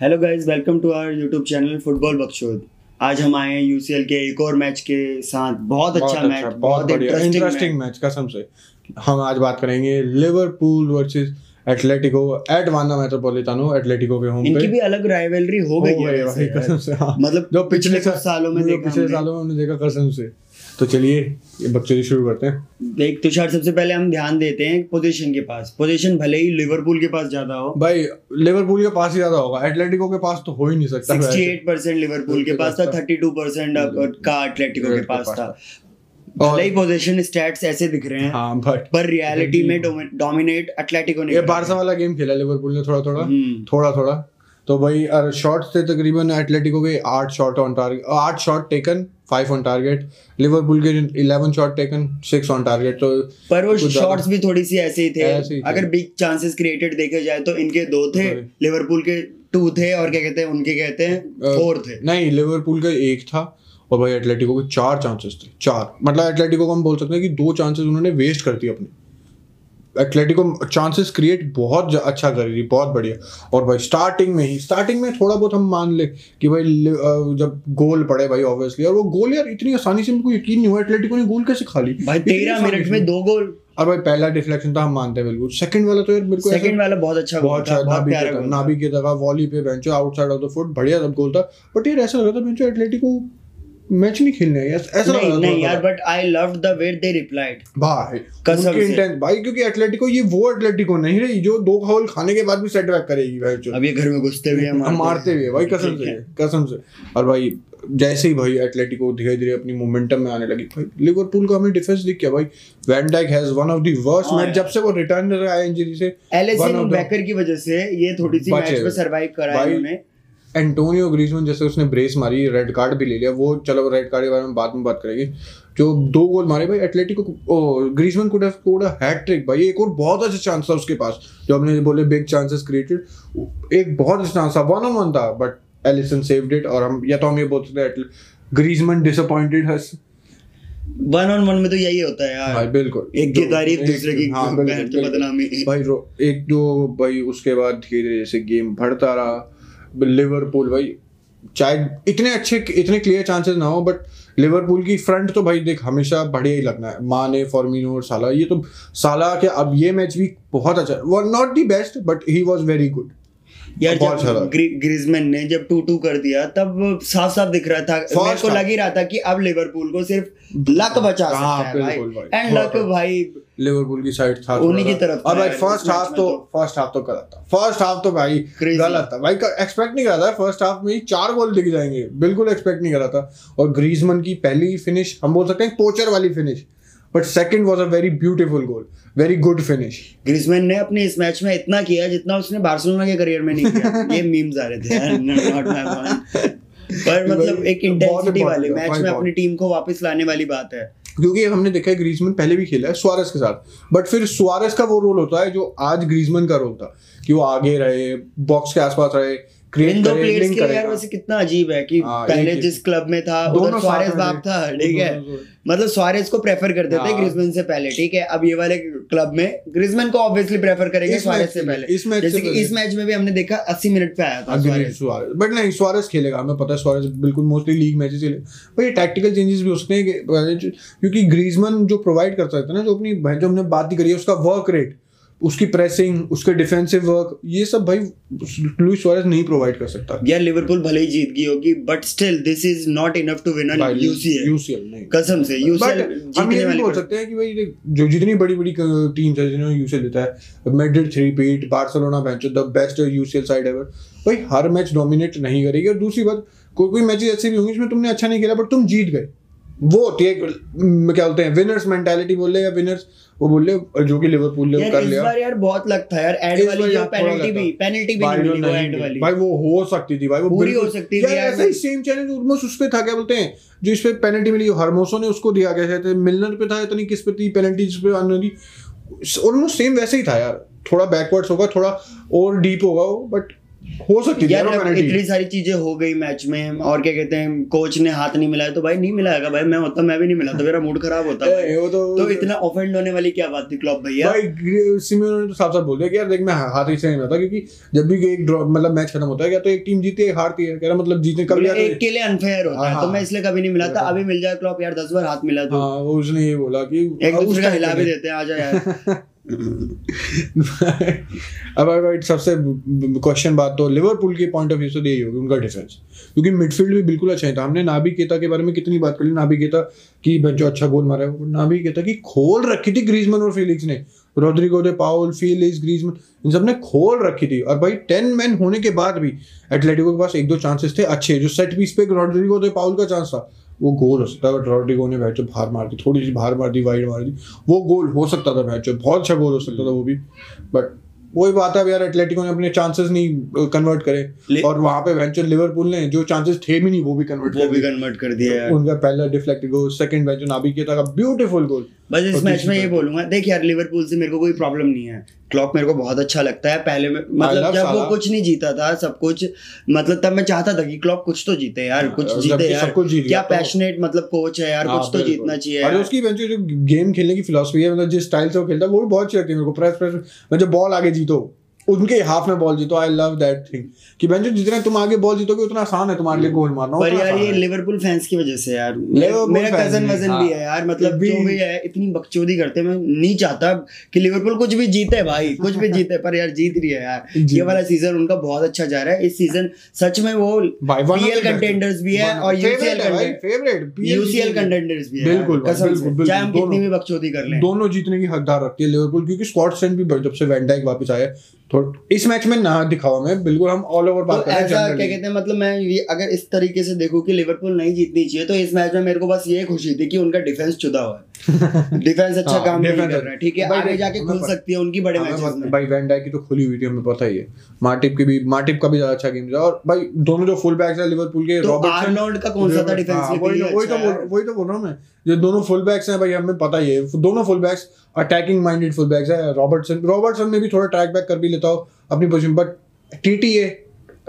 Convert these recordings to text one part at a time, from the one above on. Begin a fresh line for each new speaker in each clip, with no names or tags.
Hello guys welcome to our YouTube channel football बख्शोद आज हम आए हैं यूसीएल के एक और मैच के साथ बहुत अच्छा मैच
बहुत बढ़िया इंटरेस्टिंग मैच कसम से हम आज बात करेंगे Liverpool versus Atletico at Wanda Metropolitano Atletico के होम
इनकी
पे
भी अलग राइवलरी हो
हो
गई
गए
है
भाई
वैसे यार।
कसम से हाँ
मतलब
जो पिछले
कुछ सालों में
जो
देखा
पिछले
हमने।
सालों में हमने देखा कसम से तो चलिए ये बकचोदी शुरू करते हैं
देख तुषार सबसे पहले हम ध्यान देते हैं पोजीशन के पास पोजीशन भले ही लिवरपूल के पास ज्यादा हो
भाई लिवरपूल के पास ही ज्यादा होगा एटलेटिको के पास तो हो ही नहीं सकता वैसे।
68% लिवरपूल के पास था 32% का एटलेटिको के पास था
और-
भले ही पोजीशन स्टैट्स ऐसे दिख रहे हैं
हाँ बट
पर रियलिटी में डोमिनेट एटलेटिको ने
ये
करा।
बारसा वाला गेम खेला लिवरपूल ने थोड़ा थोड़ा
हम्म।
थोड़ा थोड़ा तो भाई शॉट्स थे तकरीबन एटलेटिको के आठ शॉट ऑन टारगेट आठ shot taken five on target Liverpool के eleven shot taken six on target तो
पर वो
कुछ ज्यादा-
शॉट्स भी थोड़ी सी ऐसे ही
ऐसे
थे
ही थे।
अगर बिग चांसेस क्रिएटेड देखे जाए तो इनके दो थे
दो ही।
लिवरपूल के टू थे और क्या कहते हैं उनके कहते हैं
अ,
फोर थे
नहीं लिवरपूल का एक था और भाई एटलेटिको के चार चांसेस थे चार मतलब एटलेटिको को हम बोल सकते हैं कि दो चांसेस उन्होंने वेस्ट कर दिए अपने एटलेटिको चांसेस क्रिएट बहुत ज- अच्छा कर रही बहुत बढ़िया और भाई स्टार्टिंग में ही स्टार्टिंग में थोड़ा बहुत हम मान ले कि भाई लि- अ, जब गोल पड़े भाई ऑब्वियसली और वो गोल यार इतनी आसानी से मेरे को यकीन नहीं हुआ एटलेटिको ने गोल कैसे खा ली
भाई
इतनी
तेरह
आसानी
मिनट
से।
में दो गोल
और भाई पहला डिफ्लेक्शन था हम मानते हैं बिल्कुल सेकंड वाला तो यार मेरे को ऐसा-
सेकंड वाला बहुत अच्छा गोल
बहुत
था
शायद
बहुत
नाबी
प्यारा
के
गोल था।
नाबी की जगह वॉली हाँ, पे बेंचो आउटसाइड ऑफ द फुट तो बढ़िया सब गोल था बट यार ऐसा लग रहा था बेंचो एटलेटिको मैच नहीं खेलने है यार ऐसा लग
नहीं
रहा
नहीं
था
यार but I love the way they replied
भाई
कसम
उनकी
से।
इंटेंस भाई क्योंकि एटलेटिको ये वो एटलेटिको नहीं रही जो दो गोल खाने के बाद भी सेट बैक करेगी भाई जो
अब ये घर में घुसते हुए
हम मारते हुए भाई कसम
ठीक
से
है।
कसम से और भाई जैसे ही भाई एटलेटिको धीरे धीरे अपनी मोमेंटम में आने लगी भाई लिवरपूल का हमें डिफेंस दिख गया भाई Van Dijk has one of the worst
हाँ
मैच
यार।
जब से वो रिटर्न आया इंजरी से One
Alisson
of the-
Becker की वजह से ये थोड़ी सी
बचे
मैच में
हुए।
सरवाइव करा है
भाई,
इन्होंने
एंटोनियो ग्रीजमैन जैसे उसने ब्रेस मारी रेड कार्ड भी ले लिया वो चलो रेड कार्ड के बारे में बाद में बात करेंगे जो दो गोल मारे भाई Atletico Griezmann could have scored a hat trick भाई एक और बहुत अच्छा चांस था उसके पास जो हमने बोले बिग चांसेस क्रिएटेड एक बहुत अच्छा चांस था वन ऑन वन था बट एलिसन सेव्ड इट और हम या तो हम ये बोल सकते हैं Griezmann disappointed has
one on one में तो यही होता है
भाई
यार
बिल्कुल
एक की
जो-
तारीफ
एक-
दूसरे की
हाँ, बिल्कुल,
बेहद
बिल्कुल।
बदनामी
भाई रो- एक दो भाई उसके बाद धीरे धीरे जैसे गेम बढ़ता रहा लिवरपूल भाई चाहे इतने अच्छे इतने क्लियर चांसेस ना हो बट लिवरपूल की फ्रंट तो भाई देख हमेशा बढ़िया ही लगना है माने फॉर्मिनो और साला ये तो साला के अब ये मैच भी बहुत अच्छा वो not the best but he was very good
यार
बहुत अच्छा
जब
लगा।
ग्री, ग्रिजमैन ने जब टू टू कर दिया तब साफ साफ दिख रहा था
First
मेरे को
half.
लग ही रहा था कि अब लिवरपूल को सिर्फ लक बचा सकता
हाँ,
है भाई
बिल्कुल भाई।
एंड लक
थोड़ा-
भाई
लिवरपूल की साइड था
उन्हीं की
थोड़ा सा।
तरफ
और
था
भाई
यार,
फर्स्ट
इस मैच
हाफ
में
तो
तो।
फर्स्ट हाफ तो गलत था फर्स्ट हाफ तो भाई
Crazy।
गलत था भाई एक्सपेक्ट नहीं कर रहा था फर्स्ट हाफ में ही चार गोल दिख जाएंगे बिल्कुल एक्सपेक्ट नहीं कर रहा था और ग्रीजमन की पहली फिनिश हम बोल सकते हैं पोचर वाली finish but second was a very beautiful goal very good finish
Griezmann ने अपने इस मैच में इतना किया जितना उसने बार्सिलोना के करियर में नहीं किया ये मीम्स आ रहे थे यार नॉट माय पर मतलब
भाई,
एक
बहुत
इंटेंसिटी
important
वाले
है,
मैच
भाई,
में
बहुत।
अपनी टीम को वापस लाने वाली बात है
क्योंकि ये हमने देखा है ग्रीजमन पहले भी खेला है सुआरेस के साथ बट फिर सुआरेस का वो रोल होता है जो आज ग्रीजमन का रोल था कि वो आगे रहे बॉक्स के आसपास रहे
इन
क्रिएट
दो
करे
प्लेयर्स
लिंक
के लिए यार
करे
वैसे कितना अजीब है कि
हाँ,
पहले
एक-
जिस क्लब में था उधर
दोनों साथ
सुआरेज
में
बाप
थे।
था ठीक है
दोनों-
मतलब सुआरेज को प्रेफर करते थे
हाँ।
ग्रिजमैन से पहले ठीक है अब ये वाले क्लब में ग्रिजमैन को ऑब्वियसली प्रेफर करेंगे
इस
सुआरेज
मैच
से
में-
पहले
इस मैच
जैसे
से
कि
पहले।
इस मैच में भी हमने देखा 80 मिनट पे आया था सुआरेज
बट नहीं सुआरेस खेलेगा हमें पता है सुआरेस बिल्कुल मोस्टली लीग मैचेस खेले पर ये टैक्टिकल चेंजेस भी उसने कि- क्योंकि ग्रीजमन जो प्रोवाइड करता था ना जो अपनी जो हमने बात ही करी है उसका वर्क रेट उसकी प्रेसिंग उसके डिफेंसिव वर्क ये सब भाई लुइस सुआरेस नहीं प्रोवाइड कर सकता
यार लिवरपूल भले ही जीत गई होगी but still this is not enough to win an
भाई,
यूसीएल
UCL नहीं
कसम से
बट
यूसीएल
हम ये
जीतने
भी
वाली
बोल
पर-
सकते हैं कि भाई देख, जो जितनी बड़ी बड़ी टीम्स है जिन्होंने यूसीएल जीता है मेड्रिड थ्री पीट बार्सिलोना बेंचो the best UCL side ever भाई हर मैच डोमिनेट नहीं करेगी और दूसरी बात कोई कोई मैचेस ऐसे भी होंगे जिसमें तुमने अच्छा नहीं खेला बट तुम जीत गए वो होती है एक, म, क्या बोलते हैं विनर्स मेंटालिटी बोल ले या विनर्स वो बोल ले जो कि लिवरपूल ने
यार
कर
इस
लिया
बार यार बहुत लगता है यार
इस
एड वाली
बार
जो
यार थोड़ा
पेनल्टी
लगता
भी
है।
पेनल्टी भी
भाई
नहीं
वो
मिली वो
नहीं
एड
मिली।
वाली
भाई वो हो सकती थी भाई वो
पूरी
बिल्कुल-
हो सकती थी
यार
यार।
ऐसा ही सेम चैलेंज ऑलमोस्ट उस पे था क्या बोलते हैं जो इस पे पेनल्टी मिली हरमोसो ने उसको दिया गया शायद मिलनर पे था इतनी किस पे थी पेनल्टी जिस पे आने ऑलमोस्ट सेम वैसे ही था यार थोड़ा बैकवर्ड्स होगा थोड़ा और डीप होगा वो बट हो सकती थी
यार
यार
अब
पेनल्टी
इतनी सारी चीजें हो गई मैच में और क्या कहते हैं कोच ने हाथ नहीं मिलाया तो भाई नहीं मिलाएगा भाई मैं होता मैं भी नहीं मिला तो मेरा मूड खराब होता भाई
वो तो
तो इतना ऑफेंड होने वाली क्या बात थी क्लॉप भैया
भाई सिमियोन ने तो साफ साफ बोल दिया कि यार देख मैं हाथ ही से नहीं रहता क्योंकि जब भी एक ड्रॉ मतलब मैच खत्म होता है या तो एक टीम जीती है एक हारती है कह रहा मतलब जीतने कभी
बोले,
यार
एक के लिए अनफेयर होता है
हाँ,
तो मैं इसलिए कभी नहीं मिला था
हाँ।
अभी मिल जाए क्लॉप यार दस बार हाथ मिला तो
हाँ वो उसने ये बोला कि
एक
अब
दूसरे का
उसका
हिला भी
हिला
देते हैं आ जाओ यार
अब अब- अब सबसे क्वेश्चन बात तो लिवरपूल के पॉइंट ऑफ व्यू से तो यही होगी उनका डिफेंस क्योंकि मिडफील्ड भी बिल्कुल अच्छा नहीं था हमने नाबी केता के बारे में कितनी बात कर ली नाबी केता कि बच्चों अच्छा गोल मारा है वो नाबी केता की खोल रखी थी ग्रीजमन और फेलिक्स ने Rodrigo de Paul Felix Griezmann इन सब ने खोल रखी थी और भाई टेन मैन होने के बाद भी एटलेटिको के पास एक दो चांसेस थे अच्छे जो सेट पीस पे रोड्रिगो दे पाउल का चांस था वो गोल हो सकता है बट रोड्रिगो ने भैचो बाहर मार दी थोड़ी सी बाहर मार दी वाइड मार दी वो गोल हो सकता था भैचो बहुत अच्छा गोल हो सकता था वो भी बट वही बात है अब यार एटलेटिको ने अपने चांसेस नहीं कन्वर्ट करे
ले-
और वहां पे वेंचर लिवरपूल ने जो चांसेस थे भी नहीं वो भी कन्वर्ट
वो
कर
भी
दिए
कन्वर्ट कर दिया यार
तो उनका पहला डिफ्लेक्टेड गोल सेकंड वेंचर नाबी केता का ब्यूटीफुल गोल
बस
और
इस मैच
दूसरी
में ये
तरफ-
बोलूंगा देख यार लिवरपूल से मेरे को कोई प्रॉब्लम नहीं है क्लॉप मेरे को बहुत अच्छा लगता है पहले में मतलब
love
जब वो
साला।
कुछ नहीं जीता था सब कुछ मतलब तब मैं चाहता था कि क्लॉप कुछ तो जीते यार कुछ जीते
जबकि
यार
सब कुछ जीत
क्या
गया तो-
पैशनेट मतलब कोच है यार
हाँ,
कुछ तो
बिल्कुल।
जीतना चाहिए
और
यार
उसकी वेंचर जो गेम खेलने की फिलॉसफी है मतलब जिस स्टाइल से वो खेलता है वो भी बहुत अच्छी लगती है मेरे को प्रेस प्रेस मतलब जब बॉल आगे जीतो उनके हाफ में बॉल जीतो आई लव दैट थिंग कि बेंचो जितना तुम आगे बॉल जीतोगे उतना आसान है तुम्हारे लिए गोल मारना
पर
उतना
यार
आसान
ये
है।
लिवरपूल फैंस की वजह से यार
Liverpool
मेरा
fans
कजन
भी,
वजन
हाँ।
भी है यार मतलब
भी-
जो भी है इतनी बकचोदी करते हैं मैं नहीं चाहता कि लिवरपूल कुछ भी जीते भाई कुछ भी जीते पर यार जीत रही है यार
जी।
ये वाला सीजन उनका बहुत अच्छा जा रहा है इस सीजन सच में वो
भाई one of
PL
the best-
contenders भी है
one of-
और
favorite है भाई,
यूसीएल
favorite, PL
यूसीएल
जीतेगी।
कंटेंडर्स भी है यार,
बिल्कुल भाई,
कसम से
बिल्कुल,
चाहे हम
बिल्कुल,
कितनी भी बकचोदी कर लें
दोनों जीतने की हकदार रखती है लिवरपूल क्योंकि स्कॉट सेंट भी जब से वैन डाइक वापस आया थोड़ा इस मैच में ना दिखावा मैं बिल्कुल हम ऑल ओवर
तो
बात कर रहे हैं
ऐसा क्या
generally।
कहते हैं मतलब मैं ये अगर इस तरीके से देखूं कि लिवरपूल नहीं जीतनी चाहिए तो इस मैच में मेरे को बस ये खुशी थी कि उनका डिफेंस चुदा हुआ है डिफेंस अच्छा
हाँ,
काम नहीं
defense
कर
अच्छा-
रहा है ठीक है
भाई,
आगे
भाई,
जाके खुल
हमें पता-
सकती है उनकी बड़े
हमें
मैचेस
पता-
में
हाँ, भाई वैन डाइक की तो खुली हुई थी हमें पता ही है मार्टिप की भी मार्टिप का भी ज्यादा अच्छा गेम था और भाई दोनों जो फुल बैक्स है लिवरपूल के
तो
रॉबर्टसन
आर्नोल्ड का कौन सा था
हाँ,
डिफेंस
वही तो
अच्छा
वही तो बोल- वही तो बोल रहा हूँ मैं जो दोनों फुल बैक्स हैं भाई हमें पता ही है दोनों full backs attacking minded full backs है रॉबर्टसन रॉबर्टसन में भी थोड़ा ट्रैक बैक कर भी लेता हो अपनी position but TTA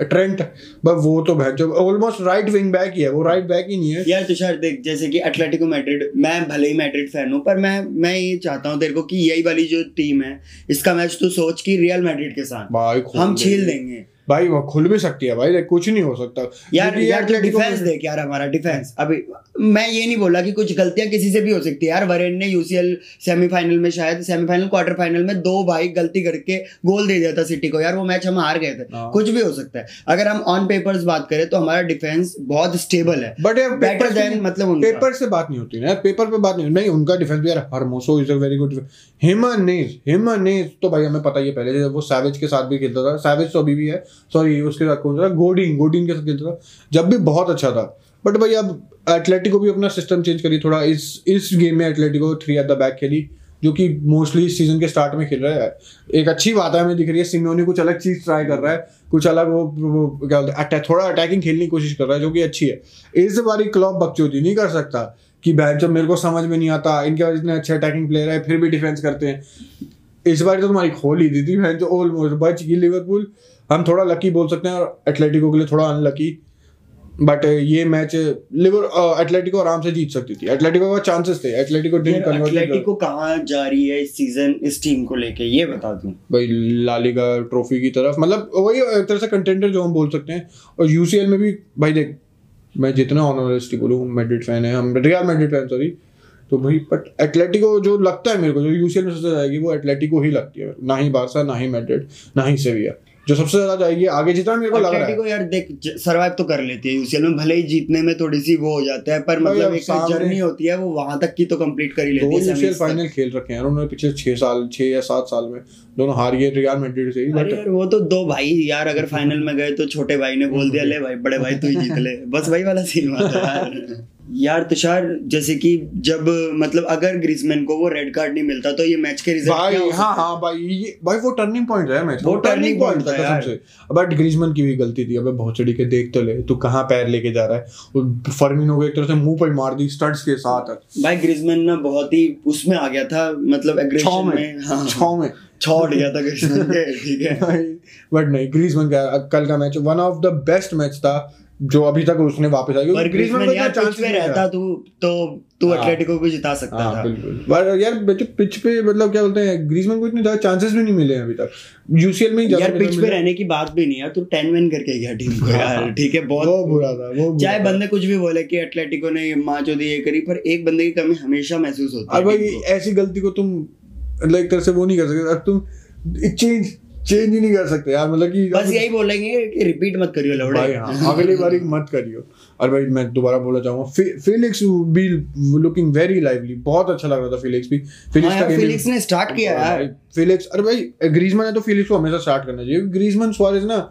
Trent but वो तो भाई जो ऑलमोस्ट राइट विंग बैक ही है वो राइट बैक ही नहीं है
यार तुषार देख जैसे कि एटलेटिको मैड्रिड मैं भले ही मैड्रिड फैन हूँ पर मैं मैं ये चाहता हूँ तेरे को कि यही वाली जो टीम है इसका मैच तू सोच कि रियल मैड्रिड के साथ
हाँ, भाई खुल
हम
गई।
छील देंगे
भाई वो खुल भी सकती है भाई कुछ नहीं हो सकता
यार
क्योंकि
यार तू
Atletico
डिफेंस
में-
देख यार हमारा डिफेंस अभी मैं ये नहीं बोला कि कुछ गलतियां किसी से भी हो सकती है यार वरेन ने यूसीएल सेमीफाइनल में शायद सेमीफाइनल क्वार्टर फाइनल में दो भाई गलती करके गोल दे दिया था सिटी को यार वो मैच हम हार गए थे
हाँ।
कुछ भी हो सकता है अगर हम ऑन पेपर्स बात करें तो हमारा डिफेंस बहुत स्टेबल है
बट यार
बेटर
पेपर
देन मतलब उनका
पेपर से बात नहीं होती ना पेपर पे बात नहीं नहीं उनका डिफेंस भी यार Hermoso is a very good Gimenez Gimenez तो भाई हमें पता ही है पहले जब वो सैवेज के साथ भी खेलता था सैवेज तो अभी भी है सॉरी उसके साथ कौन सा था गोडिन गोडिन के साथ खेलता था जब भी बहुत अच्छा था बट भाई अब एटलेटिको भी अपना सिस्टम चेंज करी थोड़ा इस इस गेम में Atletico three at the back खेली जो कि मोस्टली इस सीजन के स्टार्ट में खेल रहा है एक अच्छी बात है हमें दिख रही है सिमियोनी कुछ अलग चीज ट्राई कर रहा है कुछ अलग वो, वो क्या बोलते हैं attack- थोड़ा अटैकिंग खेलने की कोशिश कर रहा है जो कि अच्छी है इस बारी क्लॉप बकचोदी नहीं कर सकता कि भाई जब मेरे को समझ में नहीं आता इनके पास इतने अच्छे अटैकिंग प्लेयर है फिर भी डिफेंस करते हैं इस बार तो तुम्हारी खोल ही दी थी भाई जो ऑलमोस्ट बच गई लिवरपूल हम थोड़ा लकी बोल सकते हैं और एटलेटिको के लिए थोड़ा अनलकी बट ये मैच लिवर एटलेटिको आराम से जीत सकती थी एटलेटिको का चांसेस थे एटलेटिको डिड कन्वर्ट
एटलेटिको कहाँ जा रही है इस सीजन इस टीम को लेके ये बता दूं
भाई लालीगा ट्रॉफी की तरफ मतलब वही एक तरह से कंटेंडर जो हम बोल सकते हैं और यूसीएल में भी भाई देख मैं जितना ऑनरिस्टिक बोलूँ मैड्रिड फैन है हम रियल मैड्रिड फैन सॉरी तो भाई बट एटलेटिको जो लगता है मेरे को जो यूसीएल में सबसे ज़्यादा आएगी वो एटलेटिको ही लगती है ना ही बारसा ना ही मैड्रिड ना ही सेविया जो सबसे ज़्यादा जाएगी आगे जितना मेरे को लग रहा है
एटलेटिको यार देख सरवाइव तो कर लेती है यूसीएल में भले ही जीतने में थोड़ी सी वो हो जाता है पर
भाई
मतलब
अब
एक
तो सामने-
जर्नी होती है वो वहां तक की तो कंप्लीट कर ही लेती
दो
है
यूसीएल
semis तक।
फाइनल खेल रखे हैं यार उन्होंने पिछले छः साल छः या सात साल में दोनों हार गए रियल मैड्रिड से ही
अरे
बट
यार वो तो दो भाई यार अगर फाइनल में गए तो छोटे भाई ने बोल दिया ले भाई बड़े भाई तू ही जीत ले बस वही वाला सीन हुआ था यार यार तुषार जैसे कि जब मतलब अगर ग्रीजमैन को वो रेड कार्ड नहीं मिलता तो ये मैच के रिजल्ट
भाई हाँ हाँ भाई ये भाई वो टर्निंग पॉइंट है मैच
वो turning point था यार।
बट ग्रीजमैन की भी गलती थी अबे भौचड़ी के देख तो ले तू कहाँ पैर लेके जा रहा है और फर्मिनो को एक तरह से मुंह पर ही मार दी स्टड्स के साथ
भाई ग्रीजमैन ना बहुत ही उसमें आ गया था मतलब
छौ
एग्रेशन में हाँ
में छौ में
छोड़ गया था ग्रीजमैन के ठीक है
बट नहीं ग्रीजमैन का कल का match one of the best match था जो अभी तक उसने वापस
पर
आया क्योंकि
ग्रीजमैन
को
यार
इतना
पिच
chance
पे
नहीं मिला।
रहता तू तो तू
हाँ।
एटलेटिको को जिता सकता
हाँ,
था
बिल्कुल। पर यार बच्चे पिच पे मतलब क्या बोलते हैं ग्रीजमैन को इतने ज्यादा चांसेस भी नहीं मिले हैं अभी तक यूसीएल में ही ज्यादा
यार
मिले-
पिच पे
मिले।
रहने की बात भी नहीं यार तू 10 विन करके गया टीम को
हाँ,
यार
हाँ।
ठीक है
वो
बहुत
बुरा था वो बुरा
चाहे
था।
बंदे कुछ भी बोले कि एटलेटिको ने ये मार चो दी ये करी पर एक बंदे की कमी हमेशा महसूस होती
और
है
भाई
टीम को।
ऐसी गलती को तुम मतलब एक तरह से वो नहीं कर सकते अब तुम चेंज चेंज ही नहीं कर सकते यार मतलब कि
बस यही बोलेंगे कि रिपीट मत करियो
भाई
लौड़े
हाँ, अगली बार मत करियो और भाई मैं दोबारा बोलना चाहूंगा फि- Felix be looking very lively बहुत अच्छा लग रहा था फिलिक्स भी
हाँ यार,
game भी-
फिलिक्स ने स्टार्ट किया यार
फिलिप्स अरे भाई ग्रीजमैन है तो फिलिप्स को हमेशा स्टार्ट करना चाहिए ग्रीजमैन सुआरेज ना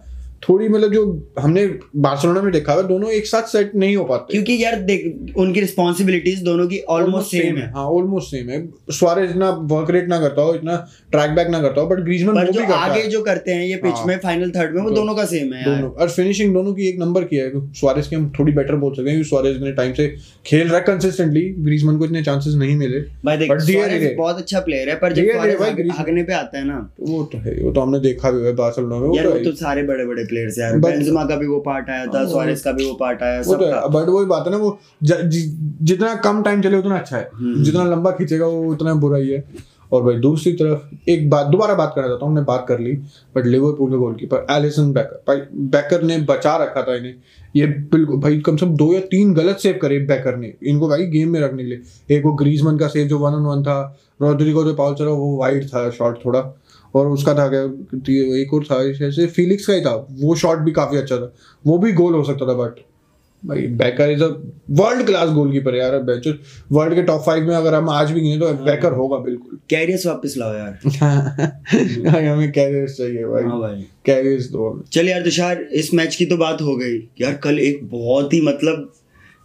थोड़ी मतलब जो हमने बार्सिलोना में देखा है दोनों एक साथ सेट नहीं हो पाते
क्योंकि यार देख उनकी रिस्पॉन्सिबिलिटीज दोनों की ऑलमोस्ट सेम है
हाँ ऑलमोस्ट सेम है सुआरेज इतना वर्क रेट ना करता हो इतना ट्रैक बैक ना करता हो बट ग्रीजमैन
पर
वो
जो
भी करता
आगे
है
जो करते हैं ये पिच
हाँ।
में फाइनल थर्ड में वो
दो-
दोनों का सेम है यार
दोनों और फिनिशिंग दोनों की एक नंबर की है सुआरेज की हम थोड़ी बेटर बोल सकते हैं क्योंकि सुआरेज ने टाइम से खेल रहा है कंसिस्टेंटली ग्रीजमैन को इतने चांसेस नहीं मिले
भाई देख
But धीरे
सुआरेज
धीरे।
बहुत अच्छा प्लेयर है पर जब
धीरे धीरे
सुआरेज
भाई
भाग-
ग्रीजमैन-
भागने पे आता है ना
तो वो तो है वो तो हमने देखा भी हुआ है बार्सिलोना में वो
यार
तो
वो
है।
तो सारे बड़े बड़े प्लेयर्स यार
But-
बेंजेमा का भी वो पार्ट आया था
हाँ।
सुआरेज का भी वो पार्ट आया
वो तो
सबका
है बट वही बात है ना वो ज- जि- जितना कम टाइम चले उतना अच्छा है
हम्म।
जितना लंबा खींचेगा वो उतना बुरा ही है और भाई दूसरी तरफ एक बात दोबारा बात करना चाहता हूँ हमने बात कर ली बट लिवरपूल के गोलकीपर एलिसन बैकर भाई बैकर ने बचा रखा था इन्हें ये बिल्कुल भाई कम से कम दो या तीन गलत सेव करे बैकर ने इनको भाई गेम में रखने के लिए एक वो ग्रीजमन का सेव जो वन ऑन वन था रोड्रिगो जो पाउल चला वो वाइड था शॉट थोड़ा और उसका था क्या एक और था जैसे फिलिक्स का ही था वो शॉट भी काफ़ी अच्छा था वो भी गोल हो सकता था बट भाई Becker is a world class goalkeeper यार बेचर वर्ल्ड के टॉप फाइव में अगर हम आज भी गिने तो बैकर होगा बिल्कुल
कैरियस वापस लाओ यार
भाई हमें कैरियर्स चाहिए
हाँ
भाई
भाई
कैरियर्स दो हमें
चल यार तुषार इस मैच की तो बात हो गई यार कल एक बहुत ही मतलब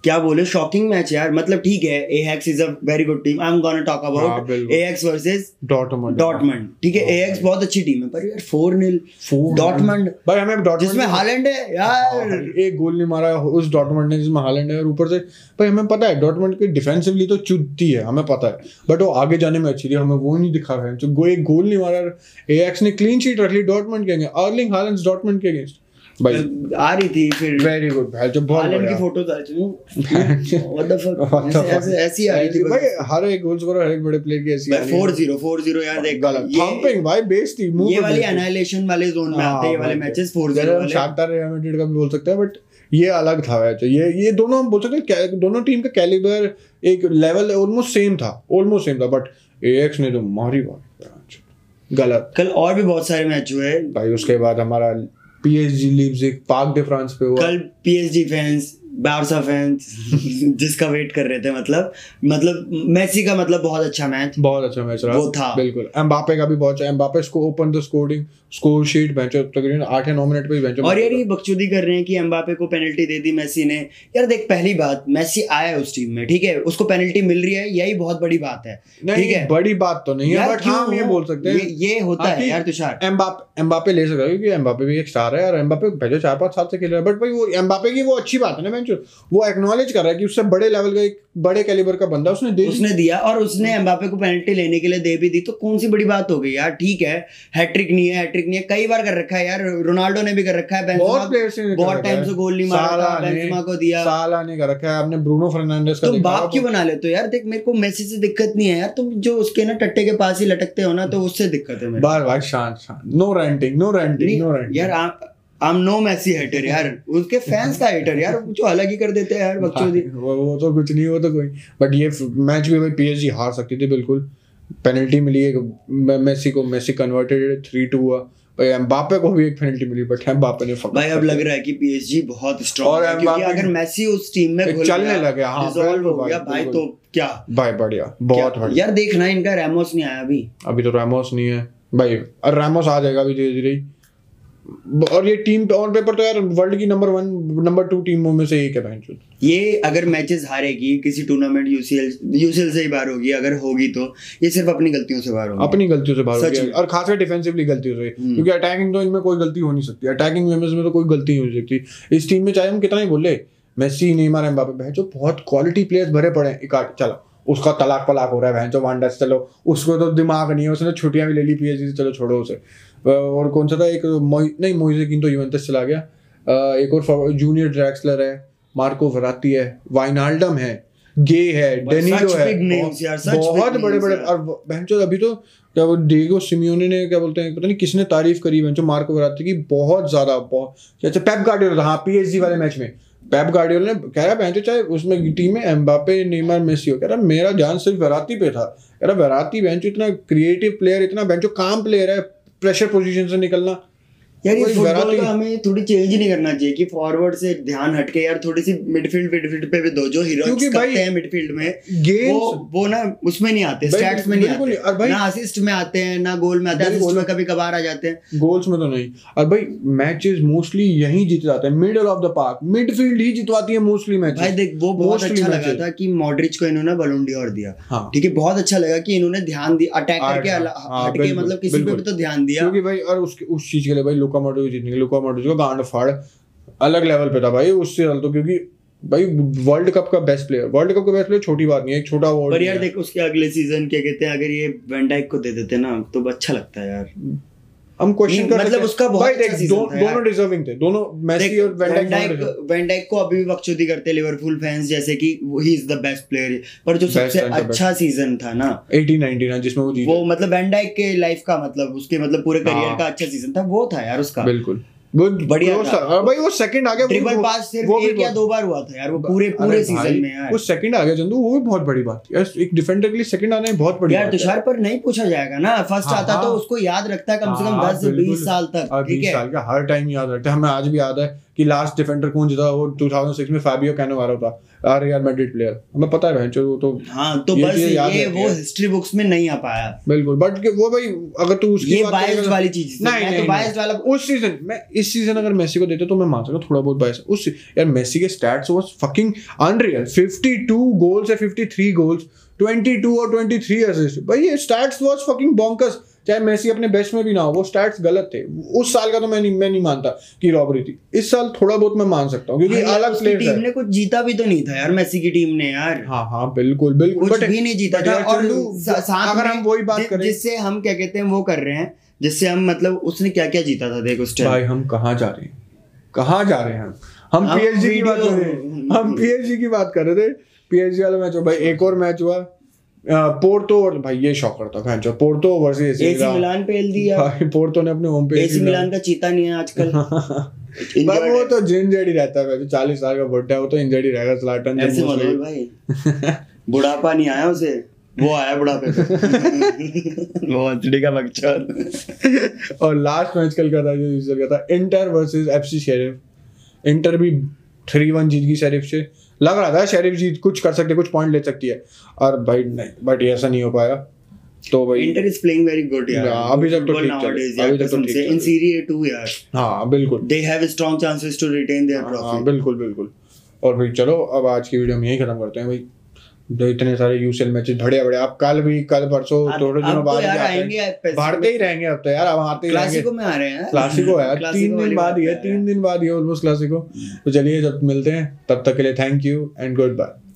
क्या बोले शॉकिंग मैच यार मतलब ठीक है Ajax is a very good team I am gonna talk
हाँ,
अबाउट
बिल्कुल। हाँ,
एएक्स वर्सेस
डॉटमंड
डॉटमंड ठीक है एएक्स बहुत अच्छी टीम है पर यार 4-0 डॉटमंड
भाई हमें डॉटमंड
जिसमें हालैंड है यार
एक गोल नहीं मारा उस डॉटमंड ने जिसमें हालैंड है और ऊपर से भाई हमें पता है डॉटमंड की डिफेंसिवली तो चुती है हमें पता है बट वो आगे जाने में अच्छी थी हमें वो नहीं दिखा है जो गो एक गोल नहीं मारा एएक्स ने क्लीन शीट रख ली डॉटमंड के अगेंस्ट अर्लिंग हालैंड डॉटमंड के अगेंस्ट भाई
आ रही थी फिर
वेरी गुड भाई जो बहुत
हालैंड की
बढ़िया।
फोटो था what the
What the
fuck
fuck?
ऐसे ऐसी आ रही थी
भाई हर एक गोल स्कोरर हर एक बड़े प्लेयर की ऐसी
भाई 4-0 4-0 यार देख
गलत
ये
थंपिंग भाई बेइज्जती मुंह
ये
पे
वाली
बेइज्जती।
एनाइलेशन वाले जोन में आते हैं ये वाले
हाँ,
मैचेस 4-0
जैसे हम
वाले
शाखतार रियल मैड्रिड का भी बोल सकते हैं बट ये अलग था मैच ये ये दोनों हम बोल सकते हैं कै- दोनों टीम का कैलिबर एक लेवल ऑलमोस्ट सेम था ऑलमोस्ट सेम था बट एएक्स ने तो मारी बात गलत
कल और भी बहुत सारे मैच हुए
भाई उसके बाद हमारा पीएसजी लीव्स एक पार्क डे फ्रांस पे हुआ
कल पीएसजी फैंस बारसा फैंस जिसका वेट कर रहे थे मतलब मतलब मेसी का मतलब बहुत अच्छा मैच
बहुत अच्छा मैच रहा
वो था।
बिल्कुल एम्बापे का भी बहुत अच्छा एम्बापे को open the scoring score sheet bench तकरीबन आठ या नौ मिनट पे ही बेंच
और यार ये बकचोदी कर रहे हैं कि एम्बापे को पेनल्टी दे दी मेसी ने यार देख पहली बात मेसी आया है उस टीम में ठीक है उसको पेनल्टी मिल रही है यही बहुत बड़ी बात है ठीक
नहीं
है
बड़ी बात तो नहीं है
यार
बट हाँ हम
क्यों?
ये बोल सकते
ये,
हैं
ये होता है
आपकी-
यार तुषार
एम्बापे एम्बापे ले सकता है क्योंकि एम्बापे भी एक स्टार है और एम्बापे पहले चार पांच साल से खेल रहा है बट भाई वो एम्बापे की वो अच्छी बात है ना बेंचो वो एक्नॉलेज कर रहा है कि उससे बड़े लेवल का एक बड़े कैलिबर का बंदा उसने दे
उसने दिया और उसने एम्बापे को पेनल्टी लेने के लिए दे भी दी तो कौन सी बड़ी बात हो गई यार ठीक है हैट्रिक नहीं है हैट्रिक नहीं है कई बार कर रखा है यार रोनाल्डो ने भी कर रखा है
बहुत
बेंजेमा
प्लेयर्स ने
बहुत टाइम से गोल नहीं मारा था बेंजेमा को दिया
साला ने कर रखा है आपने ब्रूनो फर्नांडेस का
तुम
देखा
तो बाप
होगा।
क्यों बना लेते हो यार देख मेरे को मेसी से दिक्कत नहीं है यार तुम जो उसके ना टट्टे के पास ही लटकते हो ना तो उससे दिक्कत है मेरे
बार बार शांत शांत no ranting no ranting no
को।
रैंटिंग
यार I am no Messi hater यार उसके फैंस का हेटर यार जो अलग ही कर देते हैं यार बकचोदी
हाँ, वो वो तो कुछ नहीं वो तो कोई बट ये मैच भी भाई पीएसजी हार सकती थी बिल्कुल पेनल्टी मिली एक मे- मेसी को मेसी कन्वर्टेड थ्री टू हुआ भाई एम्बापे को भी एक पेनल्टी मिली बट एम्बापे ने फक
भाई अब लग रहा है कि पीएसजी बहुत
और
स्ट्रांग है क्योंकि
एम्बापे-
अगर मेसी उस टीम में घुल
चलने
गया,
लगे, हाँ,
dissolve हो
बिल्कुल
गया
भाई,
भाई तो
बिल्कुल।
क्या
भाई बढ़िया बहुत
क्या-
बढ़िया
यार देखना इनका रेमोस नहीं आया अभी
अभी तो रामोस नहीं है भाई और रामोस आ जाएगा अभी धीरे धीरे और ये टीम ऑन पेपर तो यार वर्ल्ड की नंबर वन नंबर टू टीमों में से एक है बहनचोद
ये अगर मैचेस हारेगी किसी टूर्नामेंट यूसीएल यूसीएल से ही बाहर होगी अगर होगी तो ये सिर्फ अपनी गलतियों से बाहर होगी
अपनी गलतियों से बाहर हो
सच
गया
में।
और खासकर डिफेंसिवली गलतियों से
हम्म।
क्योंकि अटैकिंग तो इनमें कोई गलती हो नहीं सकती अटैकिंग में में तो कोई गलती नहीं हो सकती इस टीम में चाहे हम कितना ही बोले मेसी नेमार एम्बापे बहन जो बहुत क्वालिटी प्लेयर्स भरे पड़े हैं इकाट चलो उसका तलाक पलाक हो रहा है बहन जो वांडस चलो उसको तो दिमाग नहीं है उसने छुट्टियां भी ले ली पीएचडी से चलो छोड़ो उसे और कौन सा था एक मोइ- नहीं मोइजेकिन तो यूवेंटस चला गया अ, एक और जूनियर ड्रैक्सलर है मार्को वराती है वाइनाल्डम है गे है
भाई,
डेनिलो
such
है
big names यार, such big
बहुत बड़े
names
बड़े
यार।
और बहन अभी तो क्या वो डेगो सिमियोने ने क्या बोलते हैं पता नहीं किसने तारीफ करी बहन मार्को वराती की बहुत ज्यादा बहुत अच्छा पेप गार्डियोला हाँ पीएचडी वाले मैच में पेप गार्डियोला ने कह रहा बहन चाहे उसमें टीम में एम्बापे नेमार मेसी हो कह रहा मेरा ध्यान सिर्फ वराती पे था कह रहा वराती बहन इतना क्रिएटिव प्लेयर इतना बहन काम प्लेयर है प्रेशर पोजीशन से निकलना
यार ये
वही
फुटबॉल
वैरायटी-
का हमें थोड़ी चेंज ही नहीं करना चाहिए कि फॉरवर्ड से ध्यान हटके यार थोड़ी सी मिडफील्ड मिडफील्ड पे भी दो जो हीरोइक्स
क्योंकि भाई-
करते हैं मिडफील्ड में वो
गेम्स
वो ना उसमें नहीं आते
भाई,
स्टैट्स में नहीं
बिल्कुल नहीं। और
आते
भाई-
ना असिस्ट में आते हैं ना गोल में आते हैं
बिल्कुल।
असिस्ट में कभी कभार आ जाते हैं
गोल्स में तो नहीं और भाई मैचेस मोस्टली यही जीते जाते हैं middle of the park midfield ही जितवाती है मोस्टली
भाई
मैचेस
देख वो बहुत
Mostly
अच्छा लगा
matches।
था कि मॉड्रिच को इन्होंने बलूंडी और दिया
हाँ
ठीक है बहुत अच्छा लगा कि इन्होंने ध्यान दिया अटैक
हाँ,
करके
हाँ,
अला-
हाँ,
हटके
बिल्कुल,
मतलब किसी पे
बिल्कुल।
भी तो ध्यान दिया
क्योंकि भाई और उसके उस चीज के लिए भाई लुका मोड्रिच जीतने के लिए लुका मोड्रिच का गांड फाड़ अलग लेवल पे था भाई उससे अलग तो क्योंकि भाई वर्ल्ड कप का बेस्ट प्लेयर वर्ल्ड कप का बेस्ट प्लेयर छोटी बात नहीं है एक छोटा अवार्ड
पर यार देख उसके अगले सीजन क्या कहते हैं अगर ये वेंडाइक को दे देते ना तो अच्छा लगता है यार
हम क्वेश्चन
नहीं,
कर
मतलब
सकते हैं।
उसका बहुत
भाई
अच्छा
देख
season
दो-
था यार।
दोनों डिजर्विंग थे दोनों मेसी और वैन डाइक दोनों deserving।
वेंडाइक को अभी भी बकचोदी करते लिवरपूल फैंस जैसे कि ही इज द बेस्ट प्लेयर पर जो
Best
सबसे
and the best.
अच्छा सीजन था ना
18 19 है, जिसमें वो जीते
वो मतलब वेंडाइक के लाइफ का मतलब उसके मतलब पूरे
हाँ।
करियर का अच्छा सीजन था वो था यार उसका
बिल्कुल वो
हाँ। बढ़िया
close
था।
था। और भाई वो सेकंड आ गया वो-
ट्रिपल
वो-
पास सिर्फ
वो भी
एक या
बहुत-
दो बार हुआ था यार वो पूरे पूरे
अरे भाई,
सीजन में यार
वो सेकंड आ गया चंदू वो भी बहुत बड़ी बात है यार एक डिफेंडर के लिए सेकंड आना ही बहुत बड़ी
यार
बात है
तुषार पर नहीं पूछा जाएगा ना फर्स्ट
हाँ,
आता तो
हाँ।
उसको याद रखता है कम से कम
हाँ,
दस से बीस
बिल्कुल।
साल तक
और
ठीक
बीस
है
साल का हर टाइम याद रखते हैं हमें आज भी याद है कि लास्ट डिफेंडर कौन जीता वो 2006 में फाबियो कैनोवारो था आर रियल मैड्रिड प्लेयर हमें पता है भैंचो वो तो
हाँ तो
ये
बस
चीजें याद
ये
रहती
वो
है।
हिस्ट्री बुक्स में नहीं आ पाया
बिल्कुल बट वो भाई अगर तू उसकी
ये
बात
बायस्ड
करेगा-
वाली चीज थी।
नहीं,
मैं
नहीं,
तो
नहीं।
बायस्ड वाला
उस सीजन मैं इस सीजन अगर मेसी को देते तो मैं मान सकता थोड़ा बहुत बायस उस यार मेसी के stats was fucking unreal 52 goals या 53 गोल्स 22 और 23 असिस्ट भाई ये स्टैट्स वाज फकिंग बॉन्कस चाहे मेसी अपने बेस्ट में भी ना हो वो स्टैट्स गलत थे उस साल का तो मैं नहीं मैं नहीं मानता कि रॉबरी थी इस साल थोड़ा बहुत मैं मान सकता हूँ क्योंकि
भाई यार,
अलग
उसकी टीम
प्लेयर
ने कुछ जीता भी तो नहीं था यार मेसी की टीम ने यार
हाँ हाँ बिल्कुल बिल्कुल
कुछ
बट
भी नहीं जीता
but
था
यार,
और
चंदू,
सा- साथ
अगर
में
हम वही बात
जि-
करें-
जिससे हम क्या कहते हैं वो कर रहे हैं जिससे हम मतलब उसने क्या क्या जीता था देख उस टाइम
भाई हम कहाँ जा रहे हैं कहाँ जा रहे हैं हम हम
हम
पीएचजी की बात कर रहे हैं
वीडियो-
हम पीएचजी की बात कर रहे थे पीएचजी वाला मैच हुआ भाई एक और मैच हुआ पोर्टो और भाई ये शॉकर था भैंचो पोर्टो वर्सेस
एसी मिलान पे हेल दिया
भाई पोर्टो ने अपने होम पे AC
एसी मिलान का चीता नहीं है आजकल Injured
भाई वो
है।
तो इंजर्ड ही रहता है चालीस साल का बड्डा है वो तो इंजर्ड ही रहेगा स्लाटन
ऐसे मत बोल भाई बुढ़ापा नहीं आया उसे वो आया बुढ़ापे पे वो हथड़ी का बक्चर
और लास्ट मैच कल का था जो यूजल का था Inter versus FC Sheriff Inter भी थ्री वन जीत गई शेरिफ से लग रहा था शेरिफ जीत कुछ कर सकती है कुछ पॉइंट ले सकती है और भाई नहीं बट ऐसा नहीं हो पाया तो भाई
Inter is playing very good यार
Yeah, अभी तक तो
Football
ठीक चल रहा
nowadays,
है। अभी
यार
तक तो
कसम
ठीक
से
चल रहा
इन
है।
सीरिया टू यार
हाँ बिल्कुल
they have strong chances to retain their
हाँ
trophy.
बिल्कुल बिल्कुल और भाई चलो अब आज की वीडियो हम यही खत्म करते हैं भाई जो इतने सारे यूसीएल मैचेस बड़े बड़े आप कल भी कल परसों
अब-
थोड़े
अब
दिनों
तो
बाद भी
यार
आते हैं।
आएंगे पैसे-
भारतीय ही रहेंगे अब तो यार अब आते ही रहेंगे
क्लासिको में आ रहे हैं
क्लासिको है यार
क्लासिको
तीन दिन
वाली
बाद
बात
ही है
है।
तीन दिन बाद ही है ऑलमोस्ट क्लासिको तो चलिए जब मिलते हैं तब तक के लिए thank you and good bye